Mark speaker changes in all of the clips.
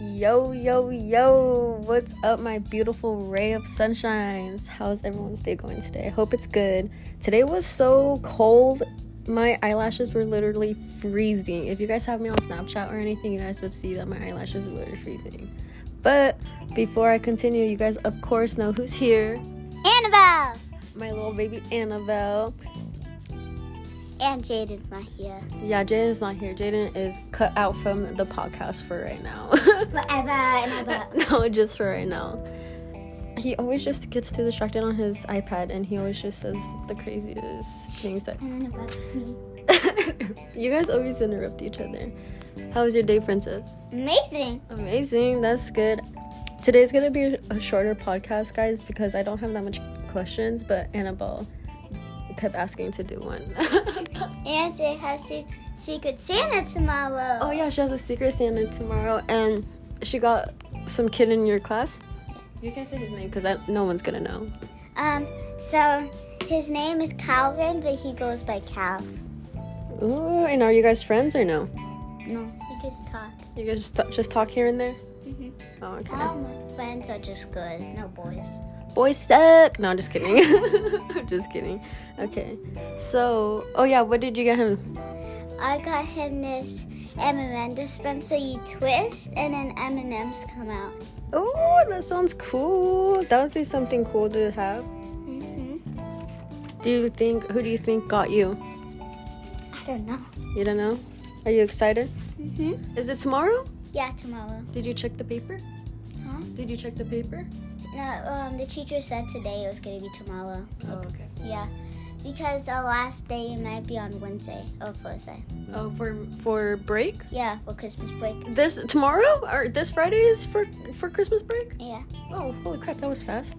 Speaker 1: Yo, yo, yo. What's up, my beautiful ray of sunshines? How's everyone's day going today? I hope it's good. Today was so cold. My eyelashes were literally freezing. If you guys have me on Snapchat or anything, you guys would see that my eyelashes were literally freezing. But before I continue, you guys, of course, know who's here
Speaker 2: Annabelle!
Speaker 1: my little baby Annabelle.
Speaker 2: And Jaden's not here.
Speaker 1: Yeah, Jaden's not here. Jaden is cut out from the podcast for right now.
Speaker 2: Forever and ever.
Speaker 1: no, just for right now. He always just gets too distracted on his iPad and he always just says the craziest things that
Speaker 2: And then interrupts me.
Speaker 1: you guys always interrupt each other. How was your day, Princess?
Speaker 2: Amazing!
Speaker 1: Amazing, that's good. Today's gonna be a shorter podcast, guys, because I don't have that much questions, but Annabelle kept asking to do one.
Speaker 2: And they have se- Secret Santa tomorrow.
Speaker 1: oh, yeah, she has a secret Santa tomorrow and she got some kid in your class. You can't say his name because no one's gonna know.
Speaker 2: Um, so his name is Calvin, but he goes by Cal.
Speaker 1: Ooh, and are you guys friends or no?
Speaker 2: No, we just talk.
Speaker 1: You guys just t- just talk here and there.
Speaker 2: Mhm.
Speaker 1: Oh, okay.
Speaker 2: All my friends are just girls, no boys.
Speaker 1: Boys suck. No, just kidding. just kidding. Okay. So, oh yeah, what did you get him?
Speaker 2: I got him this M&M dispenser you twist, and then M&Ms come out.
Speaker 1: Oh, that sounds cool. That would be something cool to have.
Speaker 2: hmm
Speaker 1: Do you think? Who do you think got you?
Speaker 2: I don't know.
Speaker 1: You don't know. Are you excited?
Speaker 2: hmm
Speaker 1: Is it tomorrow?
Speaker 2: Yeah, tomorrow.
Speaker 1: Did you check the paper?
Speaker 2: Huh?
Speaker 1: Did you check the paper?
Speaker 2: No, um, the teacher said today it was going to be tomorrow.
Speaker 1: Oh, okay.
Speaker 2: Yeah, because our last day might be on Wednesday or Thursday.
Speaker 1: Oh, for for break.
Speaker 2: Yeah, for Christmas break.
Speaker 1: This tomorrow or this Friday is for for Christmas break.
Speaker 2: Yeah.
Speaker 1: Oh, holy crap, that was fast.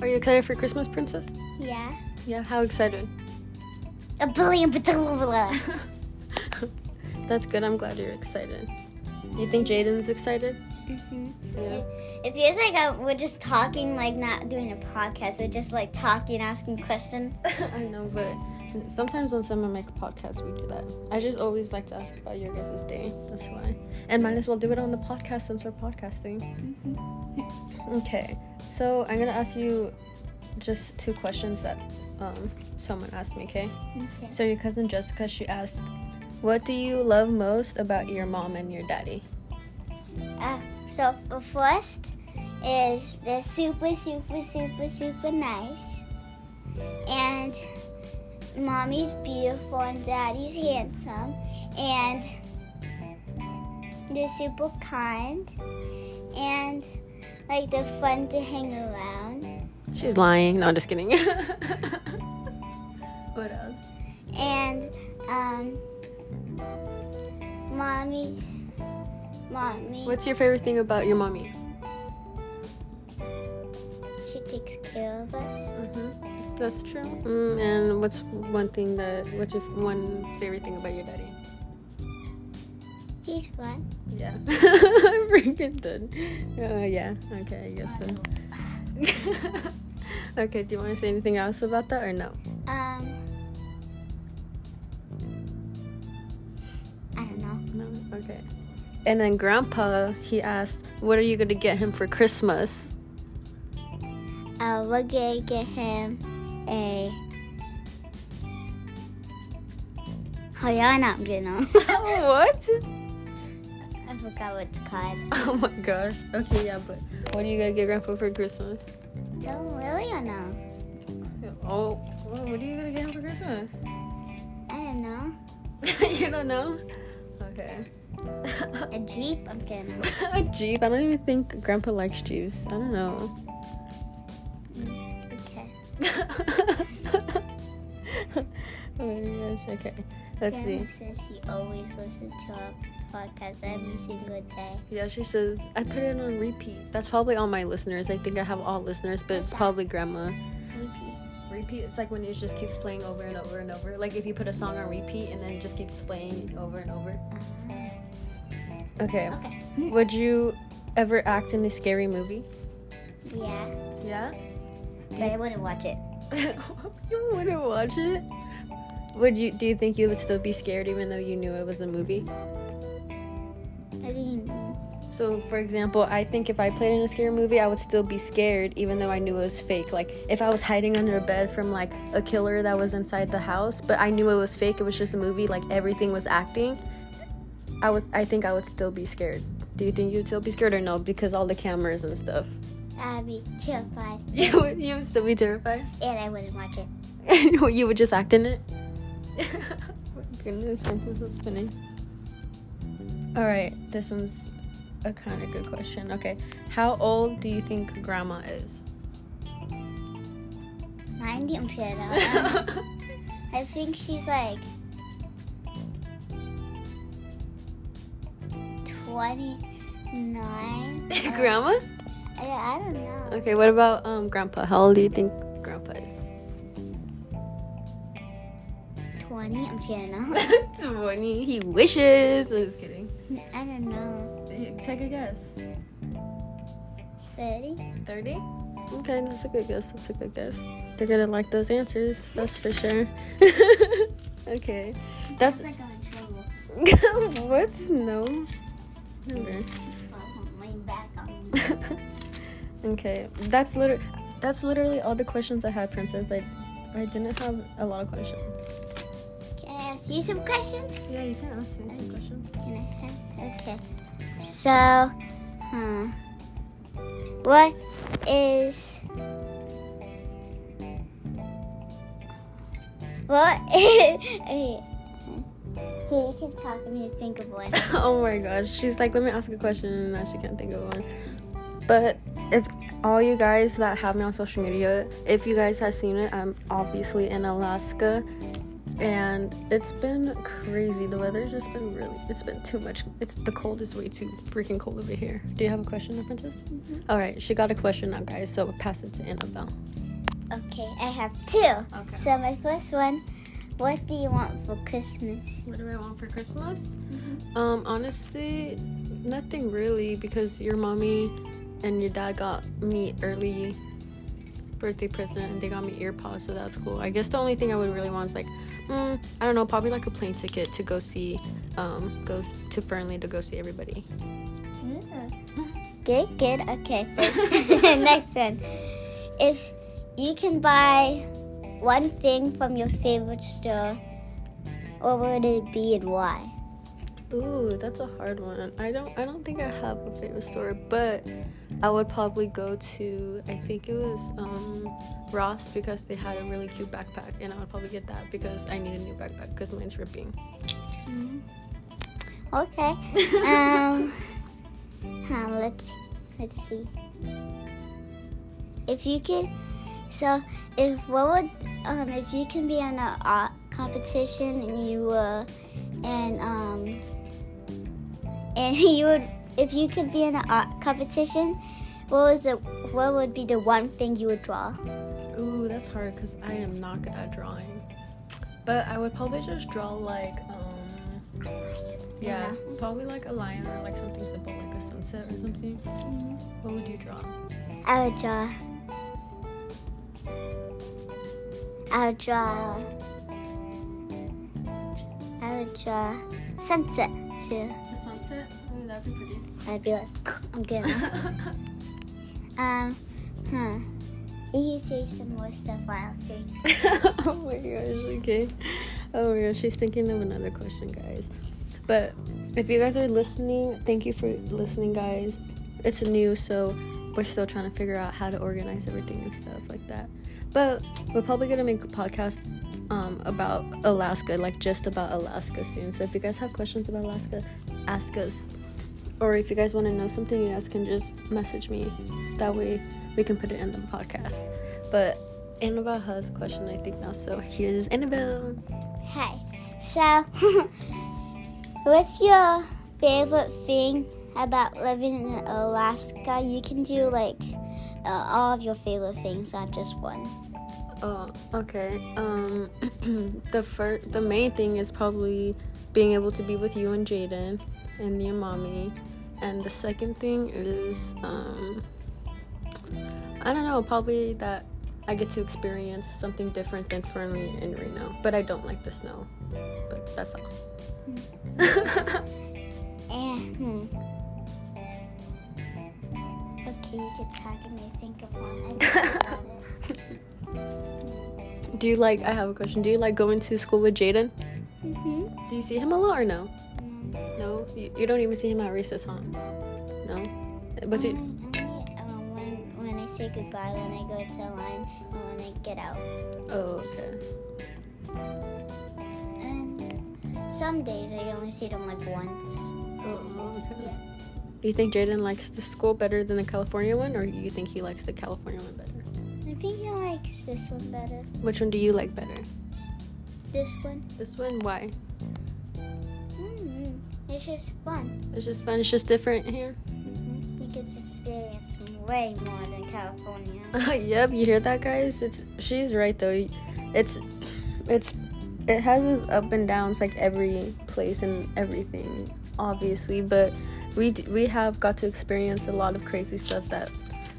Speaker 1: Are you excited for Christmas, Princess?
Speaker 2: Yeah.
Speaker 1: Yeah, how excited?
Speaker 2: A billion patula.
Speaker 1: That's good, I'm glad you're excited. You think Jaden's excited? Yeah.
Speaker 2: It feels like uh we're just talking, like not doing a podcast. We're just like talking, asking questions.
Speaker 1: I know, but sometimes on some of my podcasts we do that. I just always like to ask about your guys' day. That's why. And might as well do it on the podcast since we're podcasting. Okay, so I'm gonna ask you just two questions that um, someone asked me, okay?
Speaker 2: Okay.
Speaker 1: So your cousin Jessica, she asked, "What do you love most about your mom and your daddy?"
Speaker 2: Uh, so for first is they're super, super, super, super nice, and mommy's beautiful and daddy's handsome, and they're super kind, and like they're fun to hang around,
Speaker 1: She's lying. No, I'm just kidding. what else?
Speaker 2: and um, mommy, mommy,
Speaker 1: What's your favorite thing about your mommy?
Speaker 2: she takes care of us.
Speaker 1: Mm-hmm. That's true. Mm, and what's one thing that? What's your one favorite thing about your daddy?
Speaker 2: He's fun.
Speaker 1: Yeah. I'm freaking done. Uh, yeah. Okay. I guess so. okay. Do you want to say anything else about that or no?
Speaker 2: Um, I don't know.
Speaker 1: No. Okay. And then Grandpa, he asked, "What are you gonna get him for Christmas?"
Speaker 2: Uh, we're gonna get him a. Oh, y'all not gonna know.
Speaker 1: what?
Speaker 2: I forgot what it's called.
Speaker 1: Oh my gosh. Okay, yeah, but what are you gonna get Grandpa for Christmas?
Speaker 2: Don't really or no?
Speaker 1: Oh, what are you gonna get him for Christmas?
Speaker 2: I don't know.
Speaker 1: you don't know? Okay.
Speaker 2: A Jeep? I'm kidding.
Speaker 1: Jeep. I don't even think Grandpa likes Jeeps. I don't know.
Speaker 2: Okay.
Speaker 1: oh my gosh. Okay. Let's
Speaker 2: Grandma
Speaker 1: see.
Speaker 2: says she always listens to our podcast every single day.
Speaker 1: Yeah, she says I put it on repeat. That's probably all my listeners. I think I have all listeners, but it's probably Grandma.
Speaker 2: Repeat.
Speaker 1: Repeat. It's like when it just keeps playing over and over and over. Like if you put a song on repeat and then it just keeps playing over and over. Okay.
Speaker 2: uh, Okay.
Speaker 1: Would you ever act in a scary movie?
Speaker 2: Yeah.
Speaker 1: Yeah.
Speaker 2: But I wouldn't watch it.
Speaker 1: you wouldn't watch it. Would you? Do you think you would still be scared even though you knew it was a movie?
Speaker 2: I mean,
Speaker 1: So, for example, I think if I played in a scary movie, I would still be scared, even though I knew it was fake. Like, if I was hiding under a bed from like a killer that was inside the house, but I knew it was fake, it was just a movie, like everything was acting, I would, I think I would still be scared. Do you think you'd still be scared or no? Because all the cameras and stuff.
Speaker 2: I'd be terrified,
Speaker 1: You would, you would still be terrified.
Speaker 2: and I wouldn't watch it.
Speaker 1: you would just act in it. Goodness, Francis is spinning. All right, this one's a kind of good question. Okay, how old do you think Grandma is?
Speaker 2: 90, I'm scared. I don't know. I think she's like 29. Grandma?
Speaker 1: Grandma?
Speaker 2: Uh, I don't know.
Speaker 1: Okay, what about um Grandpa? How old do you think Grandpa is?
Speaker 2: 20, I'm scared. I don't know.
Speaker 1: Twenty. He wishes. I'm just kidding.
Speaker 2: I don't know.
Speaker 1: Take a guess.
Speaker 2: 30?
Speaker 1: Thirty. Okay, that's a good guess. That's a good guess. They're gonna like those answers. That's for sure. okay, that's
Speaker 2: like I'm in trouble.
Speaker 1: What's no? Never.
Speaker 2: back on
Speaker 1: okay, that's literally that's literally all the questions I had, Princess. I I didn't have a lot of questions.
Speaker 2: Can I ask you some questions?
Speaker 1: Yeah, you can ask me
Speaker 2: some
Speaker 1: questions.
Speaker 2: Can I have? Okay. So, huh. What is. What is. Okay. Here, you can talk me to think of one.
Speaker 1: oh my gosh, she's like, let me ask a question, and now she can't think of one. But if all you guys that have me on social media, if you guys have seen it, I'm obviously in Alaska. And it's been crazy. The weather's just been really, it's been too much. It's the cold is way too freaking cold over here. Do you have a question, now, Princess? All right, she got a question now, guys. So we'll pass it to Annabelle.
Speaker 2: Okay, I have two.
Speaker 1: Okay.
Speaker 2: So, my first one what do you want for Christmas?
Speaker 1: What do I want for Christmas? Um, honestly, nothing really because your mommy and your dad got me early birthday present and they got me ear pods, so that's cool. I guess the only thing I would really want is like, mm, I don't know, probably like a plane ticket to go see, um, go to Fernley to go see everybody.
Speaker 2: Mm. Good, good. Okay. Next one. If you can buy one thing from your favorite store, what would it be and why?
Speaker 1: Ooh, that's a hard one. I don't I don't think I have a favorite store, but I would probably go to I think it was um Ross because they had a really cute backpack and I would probably get that because I need a new backpack because mine's ripping.
Speaker 2: Okay. Um. huh, let's let's see. If you could, so if what would um if you can be in a art competition and you were and um and you would if you could be in an art competition, what was the what would be the one thing you would draw?
Speaker 1: Ooh, that's hard because I am not good at drawing. But I would probably just draw like um yeah, probably like a lion or like something simple like a sunset or something. What would you draw?
Speaker 2: I would draw. I would draw. I would draw sunset too.
Speaker 1: A sunset? Ooh, that'd be pretty.
Speaker 2: I'd be like, I'm good. um, huh. You can say some more stuff while I think.
Speaker 1: oh my gosh, okay. Oh my gosh, she's thinking of another question, guys. But if you guys are listening, thank you for listening, guys. It's new, so we're still trying to figure out how to organize everything and stuff like that. But we're probably gonna make a podcast um, about Alaska, like just about Alaska soon. So if you guys have questions about Alaska, ask us. Or if you guys want to know something, you guys can just message me. That way we can put it in the podcast. But Annabelle has a question, I think, now. So here's Annabelle.
Speaker 2: Hi. So, what's your favorite thing about living in Alaska? You can do like uh, all of your favorite things, not just one.
Speaker 1: Oh, okay. Um, the first, the main thing is probably being able to be with you and Jaden and your mommy. And the second thing is, um, I don't know, probably that I get to experience something different than Fernley and Reno. But I don't like the snow. But that's all.
Speaker 2: And, hmm. can you get tag me think of one? I think about it.
Speaker 1: Do you like? I have a question. Do you like going to school with Jaden?
Speaker 2: Mm-hmm.
Speaker 1: Do you see him a lot or no?
Speaker 2: Um,
Speaker 1: No, you, you don't even see him at recess, huh? No, but you,
Speaker 2: only, only, uh, when when I say goodbye, when I go to the line, and when I get out,
Speaker 1: oh okay.
Speaker 2: and some days I only see them like once.
Speaker 1: Oh, okay. Do you think Jaden likes the school better than the California one, or you think he likes the California one better?
Speaker 2: I think he likes this one better.
Speaker 1: Which one do you like better?
Speaker 2: This one.
Speaker 1: This one? Why?
Speaker 2: mm It's just fun.
Speaker 1: It's just fun. It's just different here.
Speaker 2: You get to experience way more than California.
Speaker 1: yep, you hear that, guys? It's she's right though. It's it's it has its up and downs like every place and everything, obviously. But we d- we have got to experience a lot of crazy stuff that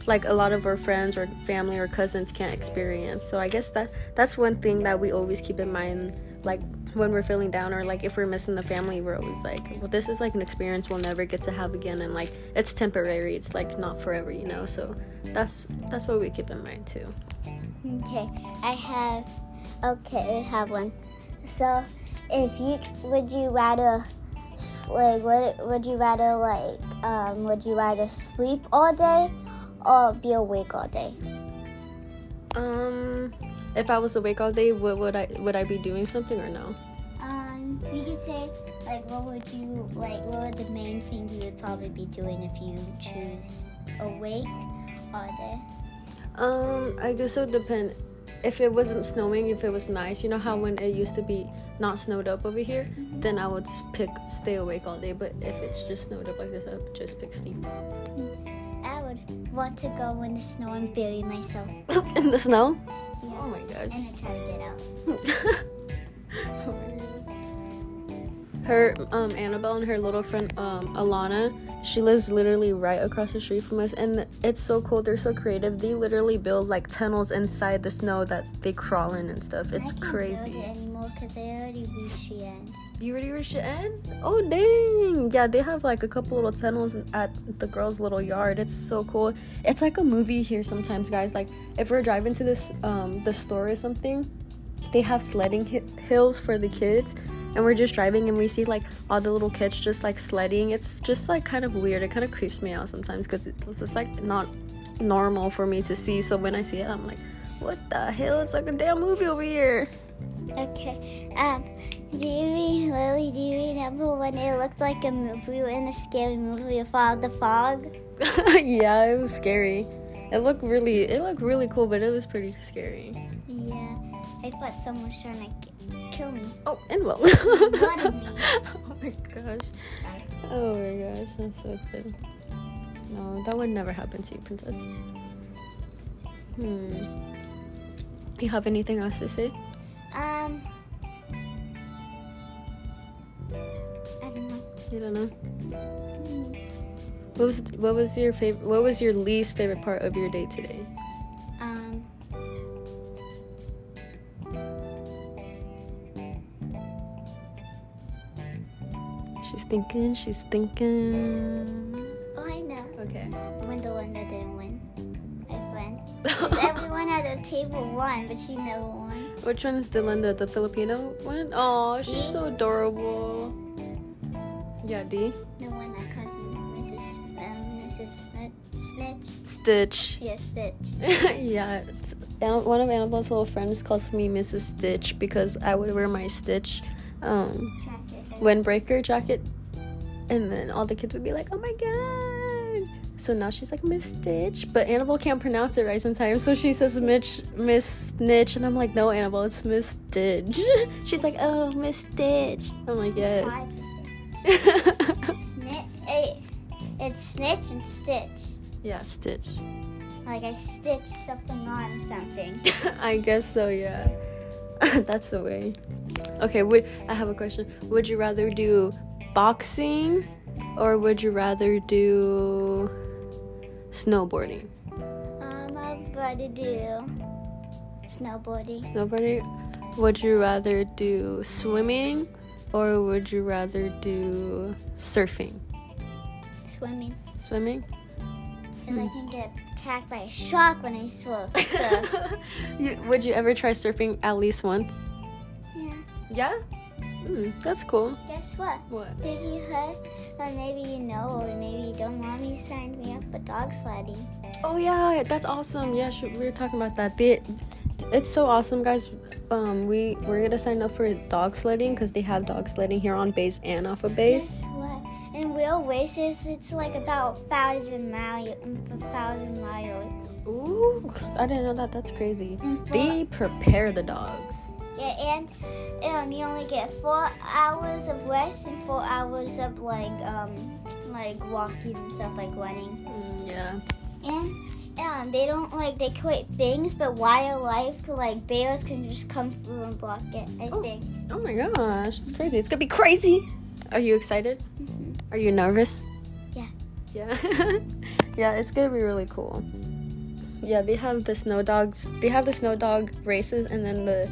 Speaker 1: like a lot of our friends or family or cousins can't experience. So I guess that that's one thing that we always keep in mind, like when we're feeling down or like if we're missing the family we're always like well this is like an experience we'll never get to have again and like it's temporary it's like not forever you know so that's that's what we keep in mind too
Speaker 2: Okay, I have. Okay, I have one. So, if you would you rather s- like would would you rather like um would you rather sleep all day or be awake all day?
Speaker 1: um if i was awake all day what would i would i be doing something or no
Speaker 2: Um, you could say like what would you like what would the main thing you would probably be doing if you choose awake all day?
Speaker 1: um i guess it would depend if it wasn't snowing if it was nice you know how when it used to be not snowed up over here then i would s- pick stay awake all day but if it's just snowed up like this i would just pick sleep
Speaker 2: I would want to go in the snow and bury myself.
Speaker 1: in the snow
Speaker 2: Yeah.
Speaker 1: oh my gosh
Speaker 2: And I try to get out.
Speaker 1: her um Annabelle and her little friend um Alana, she lives literally right across the street from us and it's so cool. They're so creative. They literally build like tunnels inside the snow that they crawl in and stuff. It's
Speaker 2: I can't
Speaker 1: crazy.
Speaker 2: build it anymore because I already reached the end.
Speaker 1: You already reached the end? Oh dang! Yeah, they have like a couple little tunnels in- at the girls' little yard. It's so cool. It's like a movie here sometimes, guys. Like if we're driving to this um the store or something, they have sledding hi- hills for the kids, and we're just driving and we see like all the little kids just like sledding. It's just like kind of weird. It kind of creeps me out sometimes because it's just like not normal for me to see. So when I see it, I'm like, what the hell? It's like a damn movie over here.
Speaker 2: Okay. Um, do you re- Lily? Do you remember when it looked like a movie? We were in a scary movie with all the fog.
Speaker 1: yeah, it was scary. It looked really, it looked really cool, but it was pretty scary.
Speaker 2: Yeah, I thought someone was trying to ki- kill me.
Speaker 1: Oh, and well.
Speaker 2: Bloody me.
Speaker 1: oh my gosh. Oh my gosh, that's so good. No, that would never happen to you, princess. Hmm. You have anything else to say?
Speaker 2: Um, I don't know.
Speaker 1: You don't know.
Speaker 2: Mm,
Speaker 1: What was what was your favorite? What was your least favorite part of your day today?
Speaker 2: Um.
Speaker 1: She's thinking. She's thinking.
Speaker 2: Oh, I know.
Speaker 1: Okay.
Speaker 2: When the one that didn't win, my friend. 'Cause everyone at the table won, but she never won.
Speaker 1: Which one is Delinda? The Filipino one? Oh, she's
Speaker 2: D.
Speaker 1: so adorable. Yeah, D.
Speaker 2: The one that calls me Mrs. Um, Mrs. Smith- Snitch.
Speaker 1: Stitch.
Speaker 2: Yes, Stitch.
Speaker 1: yeah, it's, Anna- one of Annabelle's little friends calls me Mrs. Stitch because I would wear my Stitch um, windbreaker jacket, and then all the kids would be like, "Oh my god!" So now she's like Miss Stitch, but Annabelle can't pronounce it right sometimes, so she says Mitch, Miss Snitch, and I'm like, "No, Annabelle, it's Miss Stitch." she's like, "Oh, Miss Stitch." I'm like, "Yes."
Speaker 2: Why Snitch. It, it's Snitch and Stitch.
Speaker 1: yeah, Stitch.
Speaker 2: Like I stitched something on something.
Speaker 1: I guess so, yeah. That's the way. Okay, would I have a question. Would you rather do boxing or would you rather do snowboarding?
Speaker 2: Um, I'd rather do snowboarding.
Speaker 1: Snowboarding? Would you rather do swimming or would you rather do surfing?
Speaker 2: Swimming.
Speaker 1: Swimming?
Speaker 2: because I can get attacked by a shark when I swim. So
Speaker 1: You- Would you ever try surfing at least once?
Speaker 2: yeah.
Speaker 1: Yeah. Mm, that's cool.
Speaker 2: Guess what?
Speaker 1: What?
Speaker 2: Did you hear? Or maybe you know, or maybe you don't. Mommy signed me up for dog sledding.
Speaker 1: Oh yeah, that's awesome. Yeah, shoot, we were talking about that. They, it's so awesome, guys. Um, we we're gonna sign up for dog sledding because they have dog sledding here on base and off of base.
Speaker 2: Guess what? In real races, it's like about thousand mile, thousand miles.
Speaker 1: Ooh, I didn't know that. That's crazy.
Speaker 2: And for-
Speaker 1: They prepare the dogs.
Speaker 2: Yeah, and um, you only get four hours of rest and four hours of like um, like walking and stuff like running.
Speaker 1: Mm, yeah.
Speaker 2: And um, they don't like they create things, but wildlife like bears can just come through and block it. I
Speaker 1: Oh.
Speaker 2: think.
Speaker 1: Oh my gosh, it's crazy. It's gonna be crazy. Are you excited?
Speaker 2: Mhm.
Speaker 1: Are you nervous?
Speaker 2: Yeah.
Speaker 1: Yeah. yeah, it's gonna be really cool. Yeah, they have the snow dogs. They have the snow dog races, and then the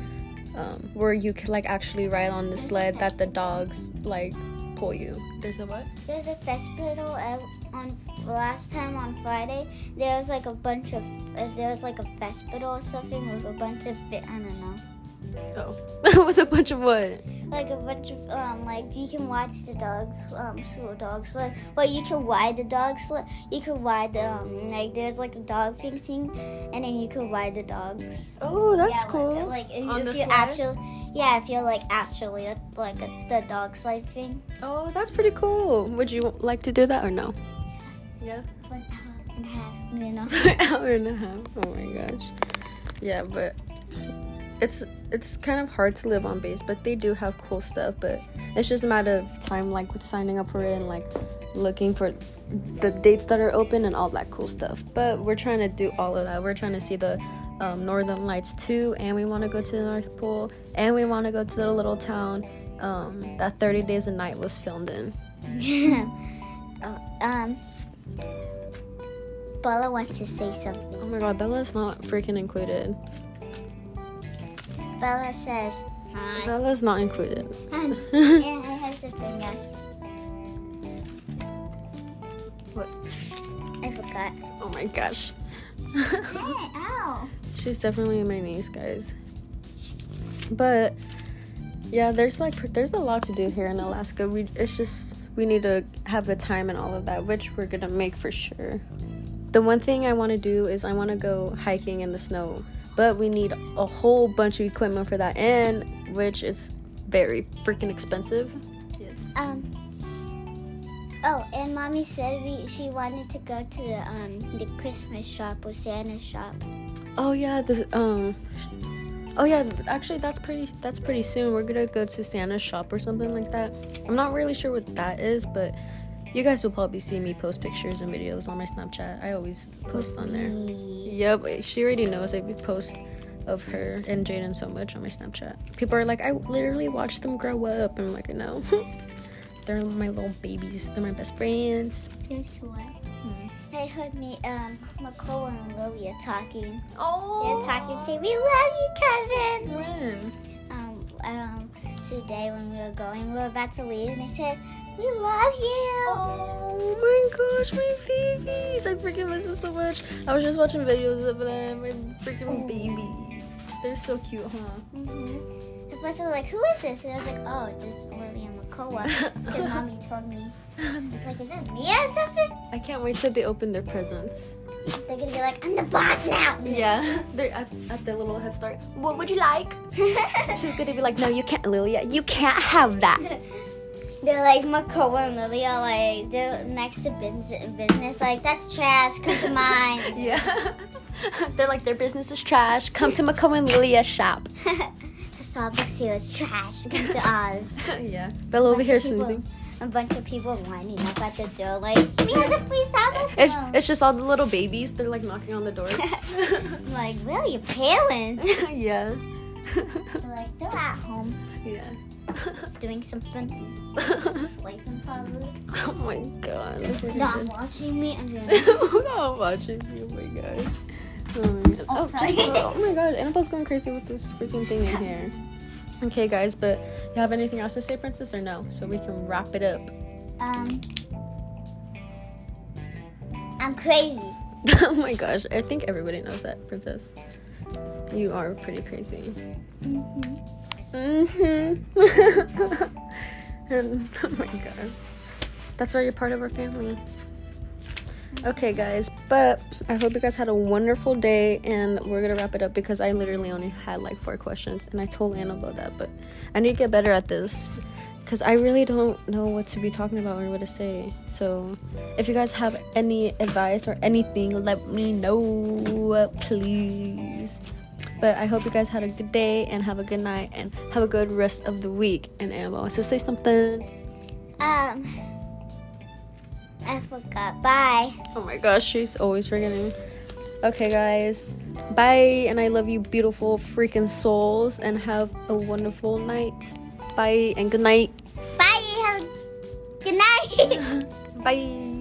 Speaker 1: um, where you could like actually ride on the sled that the dogs like pull you. There's a what?
Speaker 2: There's a festival ev- on last time on Friday. There was like a bunch of uh, there was like a festival or something with a bunch of fi- I don't know.
Speaker 1: Oh, with a bunch of what?
Speaker 2: like a bunch of um like you can watch the dogs um slow dog sled well you can ride the dog sled you can ride the um like there's like a dog fixing and then you can ride the dogs
Speaker 1: Oh, that's
Speaker 2: Yeah,
Speaker 1: cool.
Speaker 2: like, like
Speaker 1: On
Speaker 2: if
Speaker 1: the
Speaker 2: you
Speaker 1: sled?
Speaker 2: actually yeah if you're like actually a, like a, the dog sled thing
Speaker 1: oh, that's pretty cool. Would you like to do that or no? Yeah.
Speaker 2: one hour and a half you know
Speaker 1: for an hour and a half. Oh my gosh. Yeah, but it's it's kind of hard to live on base, but they do have cool stuff. But it's just a matter of time, like with signing up for it and like looking for the dates that are open and all that cool stuff. But we're trying to do all of that. We're trying to see the um, Northern Lights too, and we want to go to the North Pole, and we want to go to the little town um, that 30 Days a Night was filmed in.
Speaker 2: Oh, um Bella wants to say something
Speaker 1: Oh my God, Bella's not freaking included.
Speaker 2: Bella says hi
Speaker 1: Bella's not included.
Speaker 2: um, and I have something else
Speaker 1: What?
Speaker 2: I forgot
Speaker 1: Oh my gosh.
Speaker 2: hey ow
Speaker 1: She's definitely my niece, guys. But yeah, there's like pr- there's a lot to do here in Alaska. We it's just we need to have the time and all of that, which we're gonna make for sure. The one thing I want to do is I want to go hiking in the snow, but we need a whole bunch of equipment for that, and which it's very freaking expensive. Yes.
Speaker 2: Um. Oh, and mommy said we, she wanted to go to the um the Christmas shop or Santa's shop.
Speaker 1: Oh yeah, the um. Oh yeah, th- actually that's pretty that's pretty soon. We're gonna go to Santa's shop or something like that. I'm not really sure what that is, but you guys will probably see me post pictures and videos on my Snapchat. I always post on there. Yep, she already knows I post of her and Jaden so much on my Snapchat. People are like, I literally watch them grow up. I'm like, I know. They're my little babies. They're my best friends.
Speaker 2: Guess what? I Hmm. heard me um McCole and Lily are talking.
Speaker 1: Oh.
Speaker 2: They're talking to we love you, cousin.
Speaker 1: When?
Speaker 2: Um um today when we were going, we were about to leave, and they said we love you.
Speaker 1: Oh my gosh, my babies! I freaking miss them so much. I was just watching videos of them. My freaking babies. They're so cute, huh?
Speaker 2: hmm At first, I was like, who is this? And I was like, oh, this is Lily and McCole. Because mommy told me. It's like, is it me or something?
Speaker 1: I can't wait till they open their presents.
Speaker 2: They're gonna be like, I'm the boss now.
Speaker 1: Yeah, they're at, at the little head start. What would you like? She's
Speaker 2: They're
Speaker 1: gonna be like, no, you can't, Lilia. You can't have that.
Speaker 2: like Makoa and Lily are like they're next to business, business like that's trash. Come to mine.
Speaker 1: Yeah. they're like, their business is trash. Come to Mako and Lilia's shop.
Speaker 2: to Starbucks here is trash. Come to ours.
Speaker 1: yeah. Bella over here
Speaker 2: People-
Speaker 1: snoozing.
Speaker 2: A bunch of people lining up at the door like we have a free Starbucks.
Speaker 1: It's,
Speaker 2: now."
Speaker 1: it's just all the little babies. They're like knocking on the door.
Speaker 2: I'm like where are your parents?
Speaker 1: yeah.
Speaker 2: They're like they're at home
Speaker 1: yeah.
Speaker 2: doing something,
Speaker 1: oh
Speaker 2: sleeping probably,
Speaker 1: my god.
Speaker 2: not watching me. I'm doing.
Speaker 1: I'm not watching you. Oh my god. Oh my god.
Speaker 2: Oh, sorry.
Speaker 1: Jesus. oh my god. Annabelle's going crazy with this freaking thing in here. Okay, guys, but you have anything else to say, Princess, or no? So we can wrap it up.
Speaker 2: Um, I'm crazy.
Speaker 1: oh my gosh, I think everybody knows that, Princess. You are pretty crazy. Mm-hmm. and, oh my god. That's why you're part of our family. Okay, guys, but I hope you guys had a wonderful day, and we're gonna wrap it up because I literally only had like four questions, and I told Annabelle that, but I need to get better at this because I really don't know what to be talking about or what to say. So, if you guys have any advice or anything, let me know, please. But I hope you guys had a good day and have a good night and have a good rest of the week. And Annabelle wants to say something.
Speaker 2: Um, I forgot. Bye.
Speaker 1: Oh my gosh, she's always forgetting. Okay, guys. Bye. And I love you, beautiful freaking souls. And have a wonderful night. Bye and good night.
Speaker 2: Bye. Have a good night.
Speaker 1: Bye.